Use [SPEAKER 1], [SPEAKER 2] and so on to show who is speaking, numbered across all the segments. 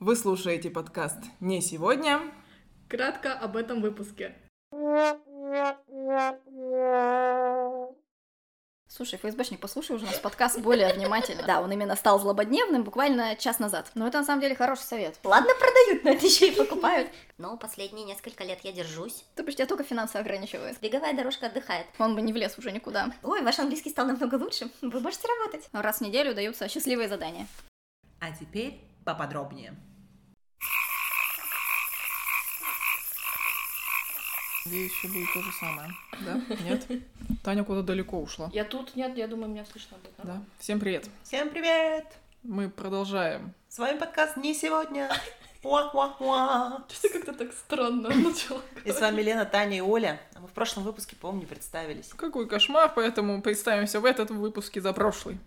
[SPEAKER 1] Вы слушаете подкаст «Не сегодня».
[SPEAKER 2] Кратко об этом выпуске.
[SPEAKER 3] Слушай, ФСБшник, послушай уже наш подкаст более внимательно. Да, он именно стал злободневным буквально час назад. Но это на самом деле хороший совет. Ладно, продают, но это еще и покупают.
[SPEAKER 4] Но последние несколько лет я держусь.
[SPEAKER 3] То бишь тебя только финансы ограничивают.
[SPEAKER 4] Беговая дорожка отдыхает.
[SPEAKER 3] Он бы не влез уже никуда.
[SPEAKER 4] Ой, ваш английский стал намного лучше. Вы можете работать.
[SPEAKER 3] Но раз в неделю даются счастливые задания.
[SPEAKER 5] А теперь поподробнее.
[SPEAKER 1] Надеюсь, все будет то же самое. Да? Нет? Таня куда-то далеко ушла.
[SPEAKER 2] Я тут, нет, я думаю, меня слышно будет.
[SPEAKER 1] Да. Всем привет.
[SPEAKER 5] Всем привет!
[SPEAKER 1] Мы продолжаем.
[SPEAKER 5] С вами подкаст «Не сегодня». Уа-уа-уа.
[SPEAKER 2] Что ты как-то так странно начала
[SPEAKER 5] И с вами Лена, Таня и Оля. А Мы в прошлом выпуске, помню, представились.
[SPEAKER 1] Какой кошмар, поэтому представимся в этом выпуске за прошлый.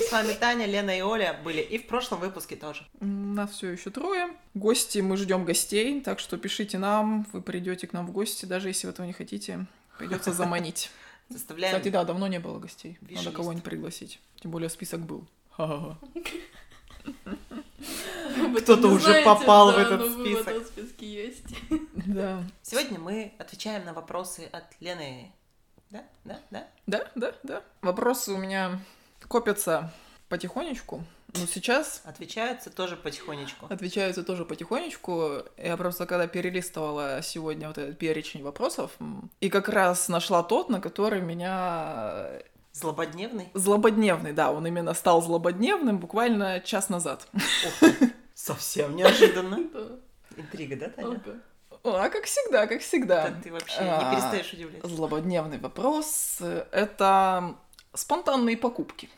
[SPEAKER 5] С вами Таня, Лена и Оля были и в прошлом выпуске тоже.
[SPEAKER 1] М, Нас все еще трое. Гости, мы ждем гостей, так что пишите нам, вы придете к нам в гости, даже если вы этого не хотите. Придется заманить.
[SPEAKER 5] Заставляем...
[SPEAKER 1] Кстати, да, давно не было гостей. Надо
[SPEAKER 5] Виш-лист.
[SPEAKER 1] кого-нибудь пригласить. Тем более список был. Ха-ха-ха.
[SPEAKER 2] ну Вы
[SPEAKER 5] Кто-то
[SPEAKER 2] там не
[SPEAKER 5] уже попал в
[SPEAKER 2] да,
[SPEAKER 5] этот
[SPEAKER 2] но вы
[SPEAKER 5] список.
[SPEAKER 2] в этом списке есть.
[SPEAKER 1] Да.
[SPEAKER 5] Сегодня мы отвечаем на вопросы от Лены. Да? Да? Да?
[SPEAKER 1] Да, да, да. Вопросы у меня копятся потихонечку. Но сейчас
[SPEAKER 5] Отвечаются тоже потихонечку.
[SPEAKER 1] Отвечаются тоже потихонечку. Я просто когда перелистывала сегодня вот этот перечень вопросов, м, и как раз нашла тот, на который меня э,
[SPEAKER 5] Злободневный.
[SPEAKER 1] злободневный, да, он именно стал злободневным буквально час назад.
[SPEAKER 5] Совсем неожиданно.
[SPEAKER 2] Да.
[SPEAKER 5] Интрига, да, Таня?
[SPEAKER 2] Ага.
[SPEAKER 1] А как всегда, как всегда. А,
[SPEAKER 5] Да, Ты вообще не перестаешь удивляться.
[SPEAKER 1] Злободневный вопрос э, — это спонтанные покупки.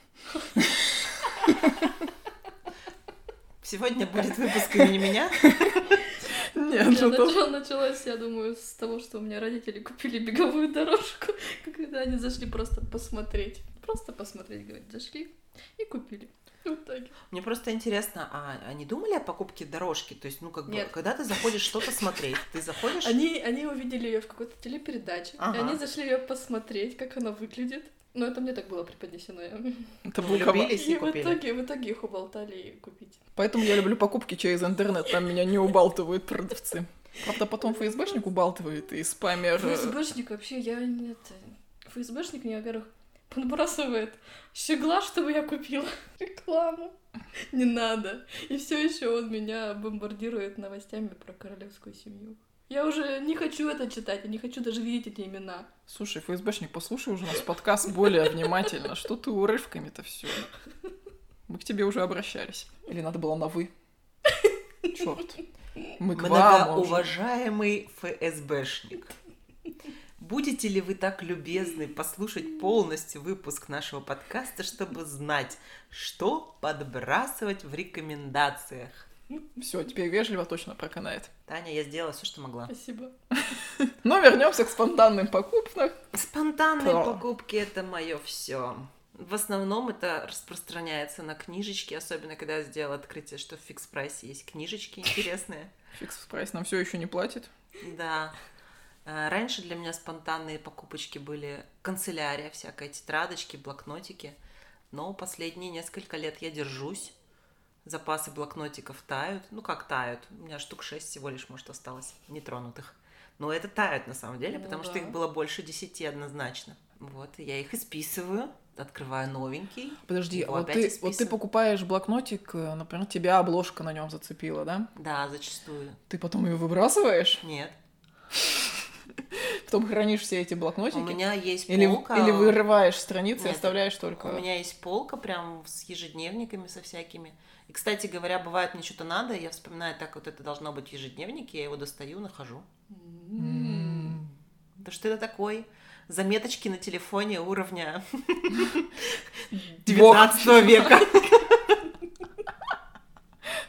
[SPEAKER 5] Сегодня будет выпуск имени меня.
[SPEAKER 1] Нет,
[SPEAKER 2] Я
[SPEAKER 1] ну то-
[SPEAKER 2] начала- началась, я думаю, с того, что у меня родители купили беговую дорожку, когда они зашли просто посмотреть. Просто посмотреть, говорит, зашли и купили. Вот так.
[SPEAKER 5] Мне просто интересно, а они думали о покупке дорожки? То есть, ну, как бы,
[SPEAKER 2] Нет.
[SPEAKER 5] когда ты заходишь что-то смотреть, ты заходишь...
[SPEAKER 2] Они, они увидели ее в какой-то телепередаче,
[SPEAKER 5] Ага.
[SPEAKER 2] и они зашли ее посмотреть, как она выглядит. Но это мне так было преподнесено. я-
[SPEAKER 1] это был кабак.
[SPEAKER 5] Влюбились и
[SPEAKER 2] И в
[SPEAKER 5] купили.
[SPEAKER 2] итоге, в итоге их уболтали и купить.
[SPEAKER 1] Поэтому я люблю покупки через интернет, там меня не убалтывают продавцы. Правда, потом ФСБшник убалтывает и спамер... э,
[SPEAKER 2] ФСБшник вообще, я не это... ФСБшник мне, во-первых, подбрасывает щегла, чтобы я купила рекламу. Не надо. И все еще он меня бомбардирует новостями про королевскую семью. Я уже не хочу это читать, я не хочу даже видеть эти имена.
[SPEAKER 1] Слушай, ФСБшник, послушай уже наш подкаст более внимательно. Что ты урывками-то все? Мы к тебе уже обращались. Или надо было на вы? Черт. Мы к вам уже.
[SPEAKER 5] Многоуважаемый ФСБшник, будете ли вы так любезны послушать полностью выпуск нашего подкаста, чтобы знать, что подбрасывать в рекомендациях?
[SPEAKER 1] Все, теперь вежливо точно проканает.
[SPEAKER 5] Таня, я сделала все, что могла.
[SPEAKER 2] Спасибо.
[SPEAKER 1] Но вернемся к спонтанным покупкам.
[SPEAKER 5] Спонтанные
[SPEAKER 1] Да.
[SPEAKER 5] покупки это мое все. В основном это распространяется на книжечки, особенно когда я сделала открытие, что в фикс прайсе есть книжечки интересные.
[SPEAKER 1] Фикс прайс нам все еще не платит.
[SPEAKER 5] Да. Э, Раньше для меня спонтанные покупочки были канцелярия, всякая тетрадочки, блокнотики. Но последние несколько лет я держусь. Запасы блокнотиков тают. Ну как тают? У меня штук шесть всего лишь, может, осталось нетронутых. Но это тают на самом деле,
[SPEAKER 2] Ну
[SPEAKER 5] потому что
[SPEAKER 2] да.
[SPEAKER 5] их было больше десяти однозначно. Вот, и я их исписываю, открываю новенький.
[SPEAKER 1] Подожди, а
[SPEAKER 5] его
[SPEAKER 1] вот
[SPEAKER 5] опять
[SPEAKER 1] ты,
[SPEAKER 5] исписываю.
[SPEAKER 1] вот ты покупаешь блокнотик, э, например, тебя обложка на нем зацепила, да?
[SPEAKER 5] Да, зачастую.
[SPEAKER 1] Ты потом ее выбрасываешь,
[SPEAKER 5] Нет.
[SPEAKER 1] потом хранишь все эти блокнотики.
[SPEAKER 5] У меня есть
[SPEAKER 1] Или,
[SPEAKER 5] полка.
[SPEAKER 1] или вырываешь страницы и
[SPEAKER 5] Нет,
[SPEAKER 1] оставляешь только.
[SPEAKER 5] У меня есть полка прям с ежедневниками со всякими. И, кстати говоря, бывает мне что-то надо, и я вспоминаю, так вот это должно быть в ежедневнике, я его достаю, нахожу.
[SPEAKER 1] М.
[SPEAKER 5] Да что это такой? Заметочки на телефоне уровня 19 века.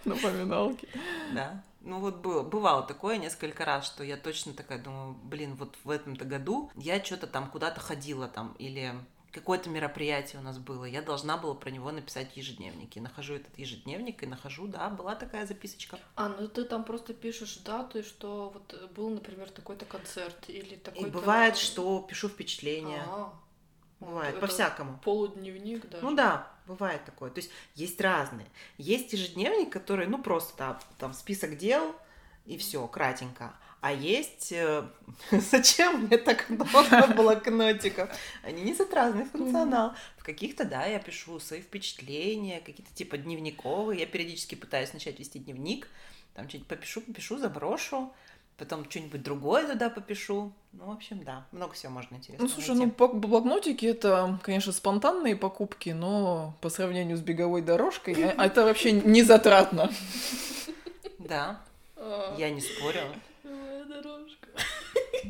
[SPEAKER 1] Напоминалки.
[SPEAKER 5] Да. Ну вот было, бывало такое несколько раз, что я точно такая думаю, блин, вот в этом-то году я что-то там куда-то ходила там или какое-то мероприятие у нас было, я должна была про него написать в ежедневнике. Нахожу этот ежедневник и нахожу, да, была такая записочка.
[SPEAKER 2] А, ну ты там просто пишешь дату, и что вот э, был, например, такой-то концерт или
[SPEAKER 5] И
[SPEAKER 2] такой-то...
[SPEAKER 5] бывает, что пишу впечатления.
[SPEAKER 2] А,
[SPEAKER 5] Бывает,
[SPEAKER 2] это
[SPEAKER 5] по-всякому.
[SPEAKER 2] Полудневник, да.
[SPEAKER 5] Ну да, бывает такое. То есть есть разные. Есть ежедневник, который, ну, просто там, там список дел и все, кратенько. А есть... э, Зачем мне так много блокнотиков? Они несут разный функционал. В каких-то, да, я пишу свои впечатления, какие-то типа дневниковые. Я периодически пытаюсь начать вести дневник. Там что-нибудь попишу, попишу, заброшу. Потом что-нибудь другое туда попишу. Ну, в общем, да, много всего можно интересного
[SPEAKER 1] Ну, слушай, ну,
[SPEAKER 5] найти.
[SPEAKER 1] пок- блокнотики — это, конечно, спонтанные покупки, но по сравнению с беговой дорожкой, а- а это вообще не затратно. ну,
[SPEAKER 5] Да,
[SPEAKER 2] А,
[SPEAKER 5] я не спорю.
[SPEAKER 2] Моя дорожка.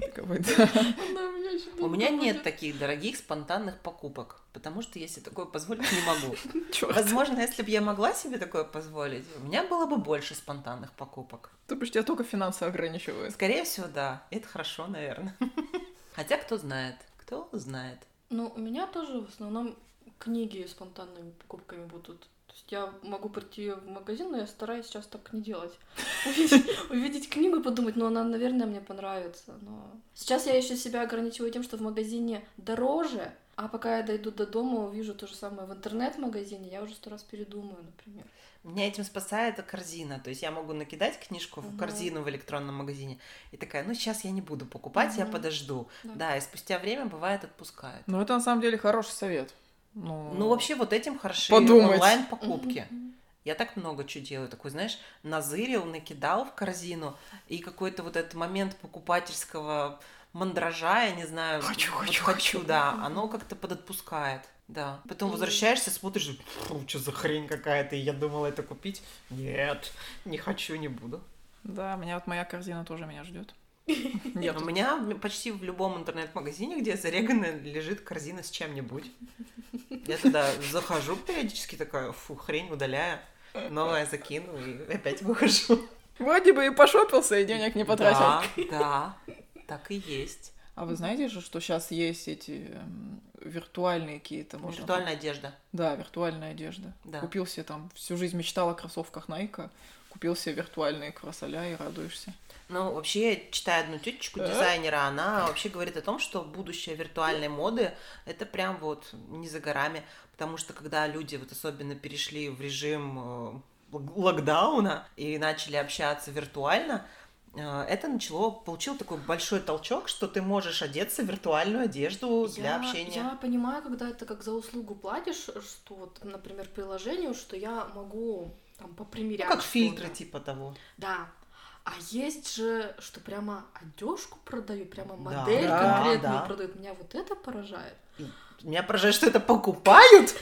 [SPEAKER 1] Таковой, да.
[SPEAKER 2] Она у меня ещё
[SPEAKER 5] У меня
[SPEAKER 2] долго
[SPEAKER 5] нет
[SPEAKER 2] будет.
[SPEAKER 5] таких дорогих спонтанных покупок, потому что я себе такое позволить не могу.
[SPEAKER 1] Чёрт.
[SPEAKER 5] Возможно, если бы я могла себе такое позволить, у меня было бы больше спонтанных покупок.
[SPEAKER 1] То бишь тебя только финансы ограничивают.
[SPEAKER 5] Скорее всего, да. Это хорошо, наверное. Хотя кто знает, кто знает.
[SPEAKER 2] Ну, у меня тоже в основном книги спонтанными покупками будут. То есть я могу прийти в магазин, но я стараюсь сейчас так не делать. Увидеть, увидеть книгу и подумать, ну она, наверное, мне понравится. Но сейчас я еще себя ограничиваю тем, что в магазине дороже, а пока я дойду до дома, увижу то же самое в интернет-магазине, я уже сто раз передумаю, например.
[SPEAKER 5] Меня этим спасает корзина. То есть я могу накидать книжку в
[SPEAKER 2] Мгм.
[SPEAKER 5] корзину в электронном магазине и такая, ну сейчас я не буду покупать, я
[SPEAKER 2] Мгм.
[SPEAKER 5] подожду.
[SPEAKER 2] Да.
[SPEAKER 5] Да, и спустя время бывает отпускают.
[SPEAKER 1] Но это на самом деле хороший совет. Ну,
[SPEAKER 5] Ну вообще вот этим хороши
[SPEAKER 1] Подумать.
[SPEAKER 5] онлайн-покупки.
[SPEAKER 2] Мгм.
[SPEAKER 5] Я так много чего делаю. Такой, знаешь, назырил, накидал в корзину, и какой-то вот этот момент покупательского мандража, я не знаю,
[SPEAKER 1] Хочу,
[SPEAKER 5] вот
[SPEAKER 1] хочу, Ну,
[SPEAKER 5] хочу, да,
[SPEAKER 2] Мгм.
[SPEAKER 5] оно как-то подотпускает. Да. Потом
[SPEAKER 2] И-
[SPEAKER 5] возвращаешься, смотришь, что за хрень какая-то, и я думала это купить. Нет, не хочу, не буду.
[SPEAKER 1] Да, меня вот моя корзина тоже меня ждет.
[SPEAKER 5] У меня почти в любом интернет-магазине, где зарегана, лежит корзина с чем-нибудь. Я туда захожу периодически, такая, фу, хрень удаляю, новое закину и опять выхожу.
[SPEAKER 1] Вроде бы и пошопился, и денег не потратил.
[SPEAKER 5] Да, да, так и есть.
[SPEAKER 1] А вы знаете же, что сейчас есть эти м, виртуальные какие-то, можно...
[SPEAKER 5] Виртуальная одежда.
[SPEAKER 1] Да, виртуальная одежда.
[SPEAKER 5] Да.
[SPEAKER 1] Купил себе там, всю жизнь мечтала о кроссовках Найка, купил себе виртуальные кросоля и радуешься.
[SPEAKER 5] Ну, вообще, я читаю одну тетечку,
[SPEAKER 1] Да?
[SPEAKER 5] дизайнера, она вообще говорит о том, что будущее виртуальной моды – это прям вот не за горами, потому что когда люди вот особенно перешли в режим э, лок- локдауна и начали общаться виртуально, э, это начало, получил такой большой толчок, что ты можешь одеться в виртуальную одежду для
[SPEAKER 2] Я-
[SPEAKER 5] общения.
[SPEAKER 2] Я понимаю, когда это как за услугу платишь, что вот, например, приложению, что я могу там
[SPEAKER 5] Ну,
[SPEAKER 2] попримерять.
[SPEAKER 5] как
[SPEAKER 2] что-то.
[SPEAKER 5] фильтры типа того.
[SPEAKER 2] Да. А есть же, что прямо одежку продают, прямо
[SPEAKER 5] Да.
[SPEAKER 2] модель
[SPEAKER 1] Да,
[SPEAKER 2] конкретную
[SPEAKER 5] да.
[SPEAKER 2] продают. Меня вот это поражает.
[SPEAKER 5] Меня поражает, что это покупают.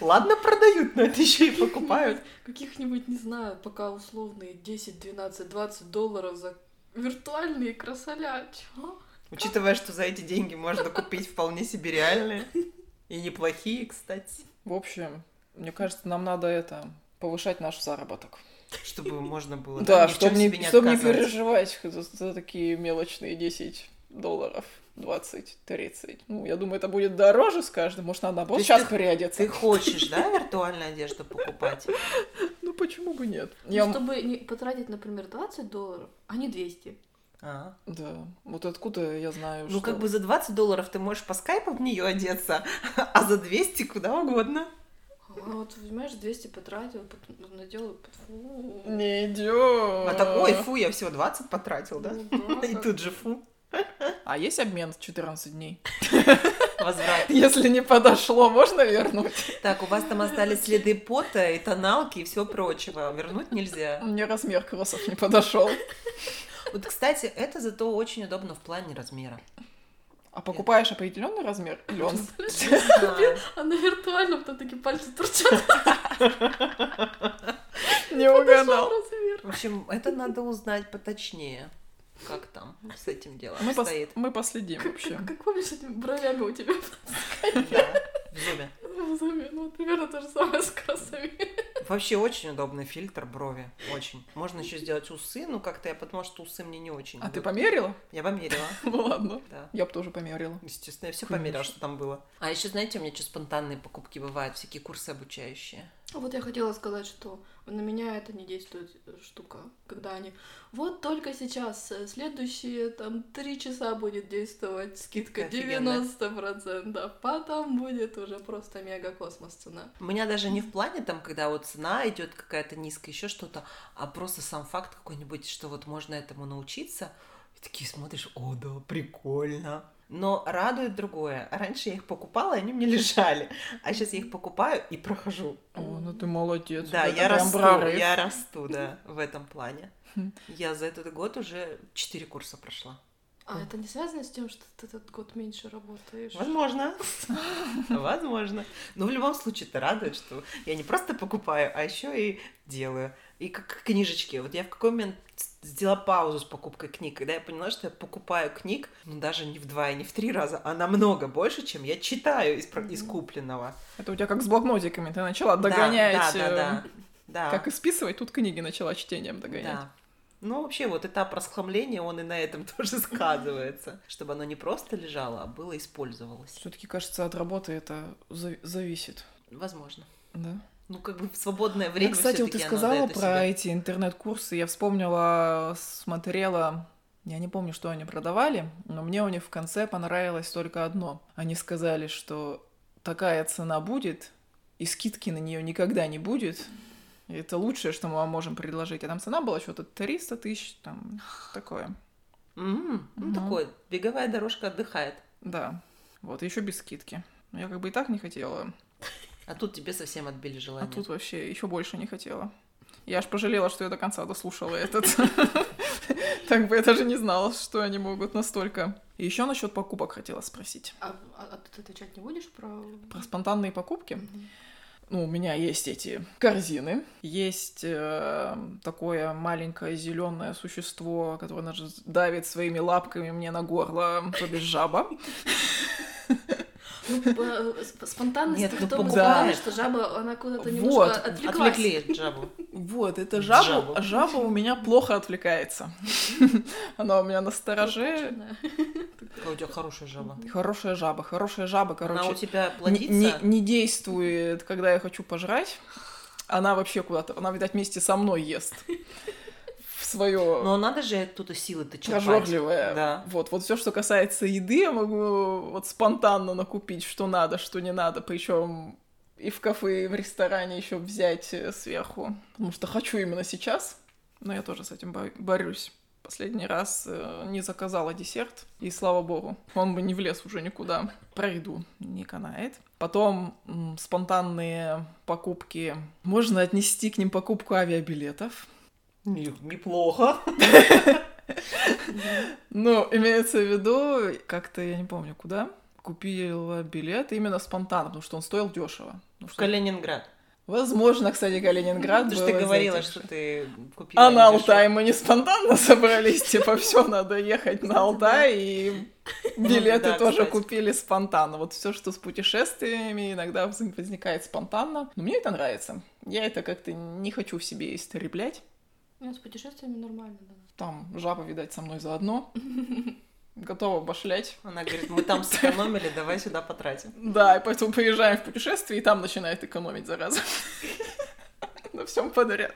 [SPEAKER 5] Ладно, продают, но это еще и покупают.
[SPEAKER 2] Каких-нибудь, не знаю, пока условные 10, 12, 20 долларов за виртуальные а? Ну, красоля. Чё?
[SPEAKER 5] Учитывая, что за эти деньги можно купить вполне себе реальные. И неплохие, кстати.
[SPEAKER 1] В общем, мне кажется, нам надо это повышать наш заработок.
[SPEAKER 5] Чтобы можно было...
[SPEAKER 1] Да,
[SPEAKER 5] ни в
[SPEAKER 1] чтобы,
[SPEAKER 5] чём
[SPEAKER 1] не,
[SPEAKER 5] себе
[SPEAKER 1] чтоб не
[SPEAKER 5] отказывать.
[SPEAKER 1] переживать за, за такие мелочные 10 долларов, 20, 30. Ну, я думаю, это будет дороже с каждым. Может, надо
[SPEAKER 5] То
[SPEAKER 1] наоборот
[SPEAKER 5] есть
[SPEAKER 1] сейчас
[SPEAKER 5] ты-
[SPEAKER 1] переодеться.
[SPEAKER 5] Ты хочешь, да, виртуальную одежду покупать?
[SPEAKER 1] Ну, почему бы нет?
[SPEAKER 2] Ну,
[SPEAKER 1] Я... м-
[SPEAKER 2] Чтобы не потратить, например, 20 долларов, а не 200.
[SPEAKER 5] А.
[SPEAKER 1] Да. Вот откуда я знаю,
[SPEAKER 5] Ну,
[SPEAKER 1] что...
[SPEAKER 5] как бы за 20 долларов ты можешь по скайпу в нее одеться, а за 200 куда угодно.
[SPEAKER 2] А вот, понимаешь, 200 потратила, потом надела, фу.
[SPEAKER 1] Не идет.
[SPEAKER 5] А так, ой, фу, я всего 20 потратил, да?
[SPEAKER 2] Ну да,
[SPEAKER 5] И
[SPEAKER 2] как-
[SPEAKER 5] тут же фу.
[SPEAKER 1] А есть обмен в 14 дней?
[SPEAKER 5] Возврат.
[SPEAKER 1] Если не подошло, можно вернуть?
[SPEAKER 5] Так, у вас там остались следы пота и тоналки и все прочего. Вернуть нельзя.
[SPEAKER 1] Мне размер кроссов не подошел. А
[SPEAKER 5] Вот, кстати, это зато очень удобно в плане размера.
[SPEAKER 1] А покупаешь определенный размер? Или он...
[SPEAKER 5] Не знаю.
[SPEAKER 2] А на виртуальном там такие пальцы торчат.
[SPEAKER 1] Не угадал.
[SPEAKER 5] В общем, это надо узнать поточнее. Как там с этим делом
[SPEAKER 1] Мы, пос-
[SPEAKER 5] стоит.
[SPEAKER 1] мы последим
[SPEAKER 2] Как,
[SPEAKER 1] вообще.
[SPEAKER 2] как- как помнишь, этими бровями у тебя
[SPEAKER 5] Да, в зуме.
[SPEAKER 2] в зуме? Ну, вот примерно то же самое с красами.
[SPEAKER 5] Вообще очень удобный фильтр брови. Очень. Можно еще сделать усы, но как-то я потому что усы мне не очень.
[SPEAKER 1] А ты
[SPEAKER 5] идут.
[SPEAKER 1] померила?
[SPEAKER 5] Я померила.
[SPEAKER 1] Ну ладно.
[SPEAKER 5] Да.
[SPEAKER 1] Я бы тоже померила.
[SPEAKER 5] Естественно, я все
[SPEAKER 1] Конечно.
[SPEAKER 5] померила, что там было. А еще, знаете, у меня что спонтанные покупки бывают, всякие курсы обучающие.
[SPEAKER 2] Вот я хотела сказать, что На меня это не действует э, штука, когда они вот только сейчас, э, следующие там три часа будет действовать скидка
[SPEAKER 5] Офигенно.
[SPEAKER 2] 90%, потом будет уже просто мега космос цена.
[SPEAKER 5] У меня даже не в плане там, когда вот цена идет какая-то низкая, еще что-то, а просто сам факт какой-нибудь, что вот можно этому научиться. И такие смотришь, о да, прикольно. Но радует другое. Раньше я их покупала, и они мне лежали. А сейчас я их покупаю и прохожу.
[SPEAKER 1] О, ну ты молодец.
[SPEAKER 5] Да,
[SPEAKER 1] вот это
[SPEAKER 5] я
[SPEAKER 1] прям
[SPEAKER 5] расту,
[SPEAKER 1] прорыв.
[SPEAKER 5] я расту, да, в этом плане.
[SPEAKER 1] Хм.
[SPEAKER 5] Я за этот год уже 4 курса прошла.
[SPEAKER 2] А это не связано с тем, что ты этот год меньше работаешь?
[SPEAKER 5] Возможно. Возможно. Но в любом случае это радует, что я не просто покупаю, а еще и делаю. И как книжечки. Вот я в какой момент с- сделала паузу с покупкой книг, когда я поняла, что я покупаю книг, ну, даже не в два и не в три раза, а намного больше, чем я читаю из, про- из
[SPEAKER 2] Мгм.
[SPEAKER 5] купленного.
[SPEAKER 1] Это у тебя как с блокнотиками. Ты начала
[SPEAKER 5] Да,
[SPEAKER 1] догонять.
[SPEAKER 5] Да, да,
[SPEAKER 1] э,
[SPEAKER 5] да. Да.
[SPEAKER 1] Как и списывать, тут книги начала чтением догонять.
[SPEAKER 5] Да. Ну, вообще, вот этап расхламления, он и на этом тоже сказывается. Чтобы оно не просто лежало, а было использовалось.
[SPEAKER 1] Все-таки, кажется, от работы это зави- зависит.
[SPEAKER 5] Возможно.
[SPEAKER 1] Да.
[SPEAKER 5] Ну, как бы в свободное
[SPEAKER 1] Я,
[SPEAKER 5] время
[SPEAKER 1] кстати, вот ты
[SPEAKER 5] всё-таки оно
[SPEAKER 1] сказала
[SPEAKER 5] дает
[SPEAKER 1] про
[SPEAKER 5] о себе.
[SPEAKER 1] эти интернет-курсы. Я вспомнила, смотрела. Я не помню, что они продавали, но мне у них в конце понравилось только одно. Они сказали, что такая цена будет, и скидки на нее никогда не будет. И это лучшее, что мы вам можем предложить. А там цена была что-то 300 тысяч, там такое.
[SPEAKER 5] М, Ну,
[SPEAKER 1] Мгм.
[SPEAKER 5] такое, беговая дорожка отдыхает.
[SPEAKER 1] Да. Вот, еще без скидки. Я как бы и так не хотела.
[SPEAKER 5] А тут тебе совсем отбили
[SPEAKER 1] А
[SPEAKER 5] желание.
[SPEAKER 1] тут вообще еще больше не хотела. Я аж пожалела, что я до конца дослушала этот. Так бы я даже не знала, что они могут настолько. И еще насчет покупок хотела спросить.
[SPEAKER 2] А, а- а ты отвечать не будешь про...
[SPEAKER 1] Про спонтанные покупки.
[SPEAKER 2] Мгм.
[SPEAKER 1] Ну, у меня есть эти корзины. Есть э, такое маленькое зеленое существо, которое даже давит своими лапками мне на горло, то бишь жаба.
[SPEAKER 2] Ну, п- э, сп- спонтанность
[SPEAKER 5] Нет,
[SPEAKER 2] в
[SPEAKER 5] ну,
[SPEAKER 2] том
[SPEAKER 1] да.
[SPEAKER 2] плане, что жаба, она куда-то
[SPEAKER 1] Вот,
[SPEAKER 2] немножко отвлеклась.
[SPEAKER 5] Отвлекли жабу.
[SPEAKER 1] Вот, это
[SPEAKER 5] Жабу.
[SPEAKER 1] жаба, жаба у меня плохо отвлекается. Она у меня на стороже.
[SPEAKER 2] Чёрная.
[SPEAKER 5] Какая у тебя хорошая жаба.
[SPEAKER 1] Хорошая жаба, хорошая жаба, короче.
[SPEAKER 5] Она у тебя
[SPEAKER 1] не,
[SPEAKER 5] плодится?
[SPEAKER 1] не- не действует, когда я хочу пожрать. Она вообще куда-то, она, видать, вместе со мной ест. В свое
[SPEAKER 5] Но надо же оттуда силы-то черпать.
[SPEAKER 1] прожорливое.
[SPEAKER 5] Да.
[SPEAKER 1] Вот, вот все, что касается еды, я могу вот спонтанно накупить, что надо, что не надо. Причем и в кафе, и в ресторане еще взять э, сверху. Потому что хочу именно сейчас, но я тоже с этим бо- борюсь. Последний раз э, не заказала десерт, и слава богу, он бы не влез уже никуда. Про еду не канает. Потом м, спонтанные покупки. Можно отнести к ним покупку авиабилетов.
[SPEAKER 5] Не- Неплохо.
[SPEAKER 1] Ну, имеется в виду, как-то я не помню, куда купила билет именно спонтанно, потому что он стоил дешево. Ну,
[SPEAKER 5] В
[SPEAKER 1] что-
[SPEAKER 5] Калининград.
[SPEAKER 1] Возможно, кстати, Калининград.
[SPEAKER 5] Ты же
[SPEAKER 1] был
[SPEAKER 5] ты
[SPEAKER 1] из
[SPEAKER 5] говорила,
[SPEAKER 1] этих
[SPEAKER 5] что
[SPEAKER 1] же.
[SPEAKER 5] ты купила.
[SPEAKER 1] А на
[SPEAKER 5] дешево.
[SPEAKER 1] Алтай мы не спонтанно собрались, типа все надо ехать на Алтай, и билеты
[SPEAKER 5] Ну да,
[SPEAKER 1] тоже
[SPEAKER 5] кстати.
[SPEAKER 1] купили спонтанно. Вот все, что с путешествиями иногда вз- возникает спонтанно. Но мне это нравится. Я это как-то не хочу в себе истреблять.
[SPEAKER 2] Нет, Ну, с путешествиями нормально, да.
[SPEAKER 1] Там жаба, видать, со мной заодно. Готова башлять.
[SPEAKER 5] Она говорит, мы там сэкономили, давай сюда потратим.
[SPEAKER 1] Да, и поэтому приезжаем в путешествие, и там начинает экономить, зараза. На всем подряд.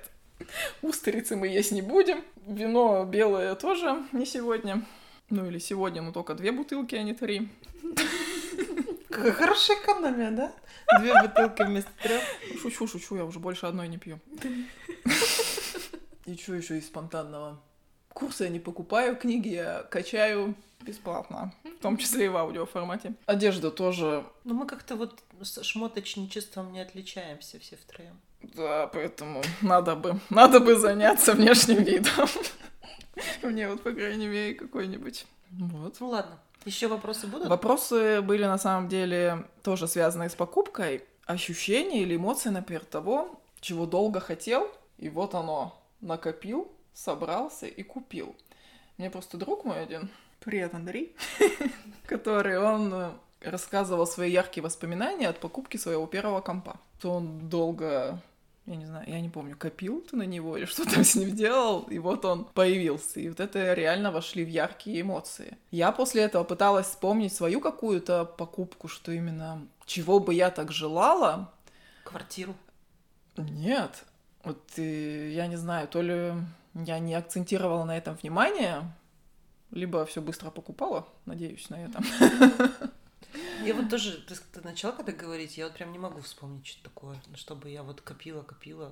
[SPEAKER 1] Устрицы мы есть не будем. Вино белое тоже не сегодня. Ну или сегодня, но только две бутылки, а не три.
[SPEAKER 5] Какая хорошая экономия, да? Две бутылки вместо трех.
[SPEAKER 1] Шучу, шучу, я уже больше одной не пью. И что еще из спонтанного? Курсы я не покупаю, книги я качаю бесплатно, в том числе и в аудиоформате. Одежда тоже,
[SPEAKER 5] Ну, мы как-то вот с шмоточничеством не отличаемся все втроем.
[SPEAKER 1] да, поэтому надо бы, надо бы заняться внешним видом. Мне вот, по крайней мере, какой-нибудь. Вот.
[SPEAKER 5] Ну ладно. Еще вопросы будут?
[SPEAKER 1] Вопросы были на самом деле тоже связаны с покупкой. Ощущения или эмоции, например, того, чего долго хотел, и вот оно накопил, собрался и купил. Мне просто друг мой один, привет, Андрей, который он э, рассказывал свои яркие воспоминания от покупки своего первого компа. То он долго, я не знаю, я не помню, копил ты на него или что там с ним делал, и вот он появился. И вот это реально вошли в яркие эмоции. Я после этого пыталась вспомнить свою какую-то покупку, что именно чего бы я так желала.
[SPEAKER 5] Квартиру.
[SPEAKER 1] Нет, Вот э, я не знаю, то ли я не акцентировала на этом внимание, либо все быстро покупала, надеюсь на это.
[SPEAKER 5] Я вот тоже, ты, ты начала когда говорить, я вот прям не могу вспомнить что-то такое, ну, чтобы я вот копила, копила,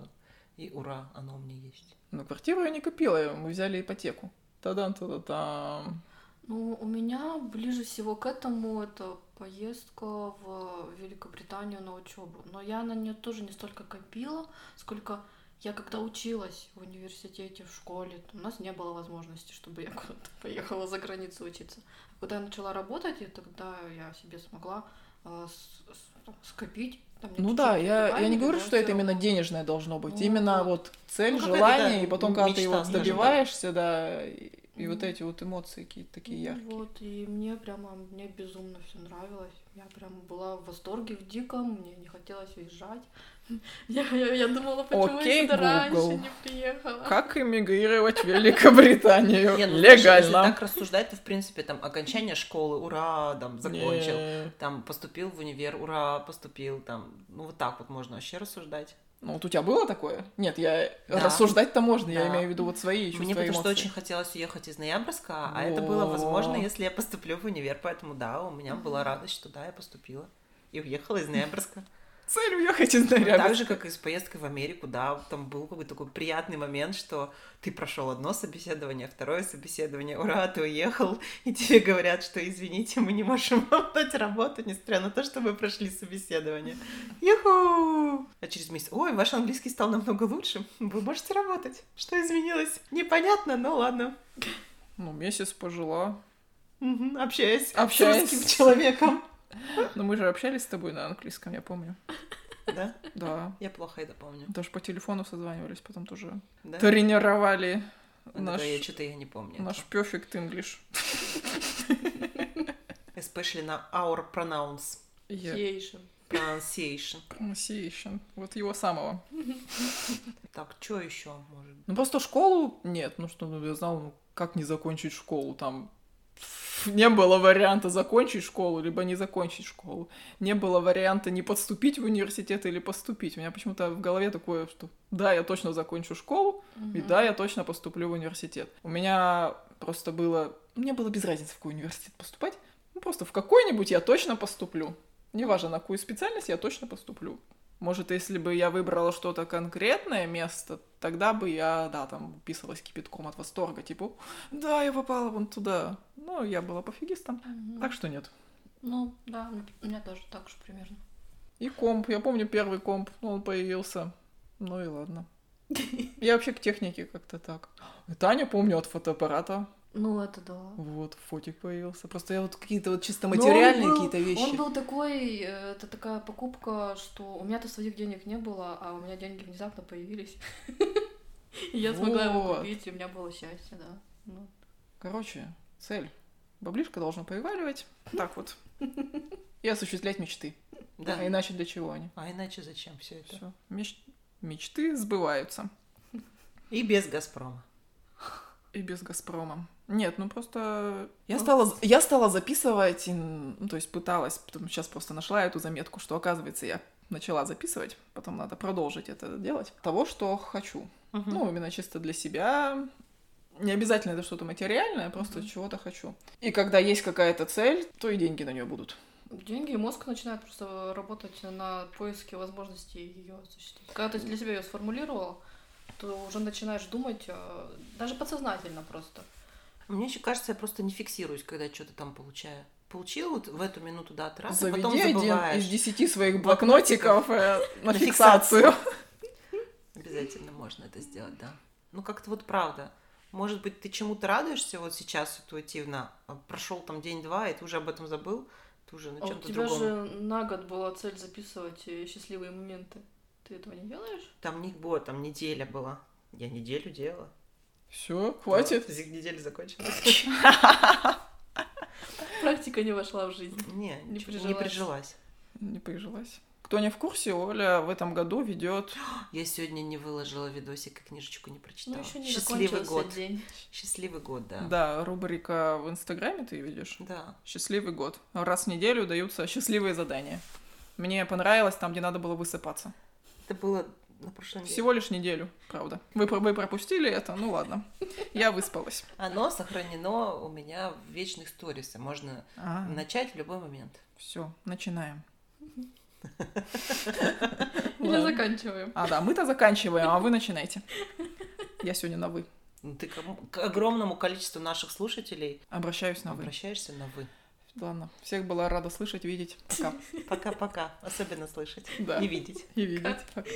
[SPEAKER 5] и ура, оно у меня есть.
[SPEAKER 1] Но квартиру я не копила, мы взяли ипотеку. Та-дам, та-да-там.
[SPEAKER 2] Ну, у меня ближе всего к этому это поездка в Великобританию на учебу. Но я на нее тоже не столько копила, сколько я когда училась в университете, в школе, то у нас не было возможности, чтобы я куда-то поехала за границу учиться. А Когда я начала работать, и тогда я себе смогла э, с- с- там, скопить. Там мне
[SPEAKER 1] Ну
[SPEAKER 2] чуть-чуть
[SPEAKER 1] да,
[SPEAKER 2] прибавили,
[SPEAKER 1] я, я не
[SPEAKER 2] но
[SPEAKER 1] говорю,
[SPEAKER 2] я
[SPEAKER 1] что это
[SPEAKER 2] всё
[SPEAKER 1] именно
[SPEAKER 2] равно.
[SPEAKER 1] денежное должно быть.
[SPEAKER 2] Ну,
[SPEAKER 1] Именно
[SPEAKER 2] да.
[SPEAKER 1] вот цель,
[SPEAKER 5] Ну, какая-то,
[SPEAKER 1] желание,
[SPEAKER 5] да,
[SPEAKER 1] и потом, когда ты
[SPEAKER 5] мечта,
[SPEAKER 1] его
[SPEAKER 5] скажем так.
[SPEAKER 1] добиваешься, да, и, и вот
[SPEAKER 2] Мгм.
[SPEAKER 1] эти вот эмоции какие-то такие
[SPEAKER 2] Ну
[SPEAKER 1] яркие.
[SPEAKER 2] Вот, и мне прямо, мне безумно все нравилось. Я прям была в восторге, в диком, мне не хотелось уезжать. Я, я, я думала, почему
[SPEAKER 1] Окей,
[SPEAKER 2] я сюда раньше
[SPEAKER 1] Google.
[SPEAKER 2] не приехала.
[SPEAKER 1] Как эмигрировать в Великобританию?
[SPEAKER 5] Не, ну, слушай, если
[SPEAKER 1] Э, Легально.
[SPEAKER 5] так рассуждать, то, в принципе, там, окончание школы, ура, там, закончил.
[SPEAKER 1] Не.
[SPEAKER 5] Там, поступил в универ, ура, поступил, там, ну, вот так вот можно вообще рассуждать.
[SPEAKER 1] Ну вот у тебя было такое? Нет, я
[SPEAKER 5] Да.
[SPEAKER 1] рассуждать-то можно, я
[SPEAKER 5] Да.
[SPEAKER 1] имею в виду вот свои чувства
[SPEAKER 5] Мне потому что
[SPEAKER 1] эмоции.
[SPEAKER 5] очень хотелось уехать из Ноябрьска, а это было возможно, если я поступлю в универ, поэтому, да, у меня была радость, что да, я поступила. И уехала из Ноябрьска.
[SPEAKER 1] Цель уехать из
[SPEAKER 5] Ну,
[SPEAKER 1] Ноября.
[SPEAKER 5] так же, как и с поездкой в Америку, да, там был какой-то такой приятный момент, что ты прошел одно собеседование, второе собеседование, ура, ты уехал, и тебе говорят, что извините, мы не можем вам дать работу, несмотря на то, что вы прошли собеседование. Юху! А через месяц, ой, ваш английский стал намного лучше, вы можете работать. Что изменилось? Непонятно, но ладно.
[SPEAKER 1] Ну, месяц пожила.
[SPEAKER 5] Мгм, Общаюсь,
[SPEAKER 1] Общаюсь.
[SPEAKER 5] с русским человеком.
[SPEAKER 1] Но Ну, мы же общались с тобой на английском, я помню.
[SPEAKER 5] Да,
[SPEAKER 1] Да.
[SPEAKER 5] я плохо это помню.
[SPEAKER 1] Даже по телефону созванивались, потом тоже
[SPEAKER 5] Да?
[SPEAKER 1] тренировали
[SPEAKER 5] Она
[SPEAKER 1] наш,
[SPEAKER 5] такая, я что-то я не помню.
[SPEAKER 1] наш perfect English.
[SPEAKER 5] Especially на our pronouns.
[SPEAKER 1] Yeah.
[SPEAKER 2] Сейшин.
[SPEAKER 5] Pronunciation.
[SPEAKER 1] Pronunciation. Вот его самого.
[SPEAKER 5] Так, что еще может быть?
[SPEAKER 1] Ну просто школу нет, ну что, ну, я знал, ну, как не закончить школу, там пф, не было варианта закончить школу, либо не закончить школу. Не было варианта не подступить в университет или поступить. У меня почему-то в голове такое, что да, я точно закончу школу, и да, я точно поступлю в университет. У меня просто было... Мне было без разницы, в какой университет поступать. Ну, просто в какой-нибудь я точно поступлю. Неважно, на какую специальность я точно поступлю. Может, если бы я выбрала что-то конкретное место, тогда бы я, да, там, писалась кипятком от восторга, типа, да, я попала вон туда. Ну, я была пофигистом.
[SPEAKER 2] Мгм.
[SPEAKER 1] Так что нет.
[SPEAKER 2] Ну, да, у меня тоже так же примерно.
[SPEAKER 1] И комп. Я помню первый комп, ну, он появился. Ну и ладно. Я вообще к технике как-то так. И Таня, помню, от фотоаппарата.
[SPEAKER 2] Ну, это да.
[SPEAKER 1] Вот, фотик появился. Просто я вот какие-то вот чисто
[SPEAKER 2] Но он
[SPEAKER 1] Ну, материальные
[SPEAKER 2] был-
[SPEAKER 1] какие-то вещи.
[SPEAKER 2] Он был такой, э, это такая покупка, что у меня-то своих денег не было, а у меня деньги внезапно появились. И я смогла его
[SPEAKER 1] Вот.
[SPEAKER 2] купить, и у меня было счастье, да. Ну,
[SPEAKER 1] Короче, цель. Баблишка должна повиваливать. Так вот. И осуществлять мечты.
[SPEAKER 5] Да.
[SPEAKER 1] А иначе для чего они?
[SPEAKER 5] А иначе зачем все это?
[SPEAKER 1] Все. Мечты сбываются.
[SPEAKER 5] И без Газпрома.
[SPEAKER 1] И без Газпрома. Нет, ну просто я стала, я стала записывать, и, ну, то есть пыталась, потом сейчас просто нашла эту заметку, что оказывается я начала записывать, потом надо продолжить это делать, того, что хочу. Ну, именно чисто для себя. Не обязательно это что-то материальное, просто
[SPEAKER 2] Мгм.
[SPEAKER 1] чего-то хочу. И когда есть какая-то цель, то и деньги на нее будут.
[SPEAKER 2] деньги, и мозг начинает просто работать на поиске возможностей ее осуществить. Когда ты для себя ее сформулировал, то уже начинаешь думать, э, даже подсознательно просто.
[SPEAKER 5] Ну, Мне еще кажется, я просто не фиксируюсь, когда что-то там получаю. Получил вот в эту минуту даты раз, а
[SPEAKER 1] Заведи
[SPEAKER 5] потом
[SPEAKER 1] один
[SPEAKER 5] забываешь.
[SPEAKER 1] из десяти своих блокнотиков э, на
[SPEAKER 5] На
[SPEAKER 1] фиксацию.
[SPEAKER 5] Обязательно можно это сделать, да. Ну, как-то вот правда. Может быть, ты чему-то радуешься вот сейчас интуитивно, а прошел там день-два, и ты уже об этом забыл, ты уже на
[SPEAKER 2] А у
[SPEAKER 5] чем-то
[SPEAKER 2] тебя
[SPEAKER 5] другом.
[SPEAKER 2] же на год была цель записывать э, счастливые моменты. Ты этого не делаешь?
[SPEAKER 5] Там не год, там неделя была. Я неделю делала.
[SPEAKER 1] Все, хватит.
[SPEAKER 5] Да, зи- Неделя закончилась.
[SPEAKER 2] Практика не вошла в жизнь.
[SPEAKER 5] Не,
[SPEAKER 2] Не
[SPEAKER 5] ничего, не
[SPEAKER 2] прижилась.
[SPEAKER 5] прижилась.
[SPEAKER 1] Не прижилась. Кто не в курсе, Оля в этом году ведет
[SPEAKER 5] Я сегодня не выложила видосик и книжечку не прочитала.
[SPEAKER 2] Ну, еще не
[SPEAKER 5] Счастливый
[SPEAKER 2] закончился
[SPEAKER 5] год.
[SPEAKER 2] день.
[SPEAKER 5] Счастливый год, да.
[SPEAKER 1] да. рубрика в Инстаграме, ты ее ведешь.
[SPEAKER 5] Да.
[SPEAKER 1] Счастливый год. Раз в неделю даются счастливые задания. Мне понравилось там, где надо было высыпаться.
[SPEAKER 5] Это было на прошлой неделе.
[SPEAKER 1] Всего лишь неделю, правда. Вы, про- вы пропустили это, ну ладно. Я выспалась.
[SPEAKER 5] Оно сохранено у меня в вечных сторис. и Можно
[SPEAKER 1] А,
[SPEAKER 5] начать в любой момент.
[SPEAKER 1] все, начинаем.
[SPEAKER 2] Или заканчиваем.
[SPEAKER 1] А, да, мы-то заканчиваем, а вы начинайте. Я сегодня на «вы».
[SPEAKER 5] Ну, Ты к, к огромному количеству наших слушателей
[SPEAKER 1] Обращаюсь на «вы».
[SPEAKER 5] обращаешься на вы.
[SPEAKER 1] Ладно, всех была рада слышать, видеть. Пока.
[SPEAKER 5] Пока-пока. Особенно слышать
[SPEAKER 1] Да.
[SPEAKER 5] и видеть.
[SPEAKER 1] И видеть. Пока.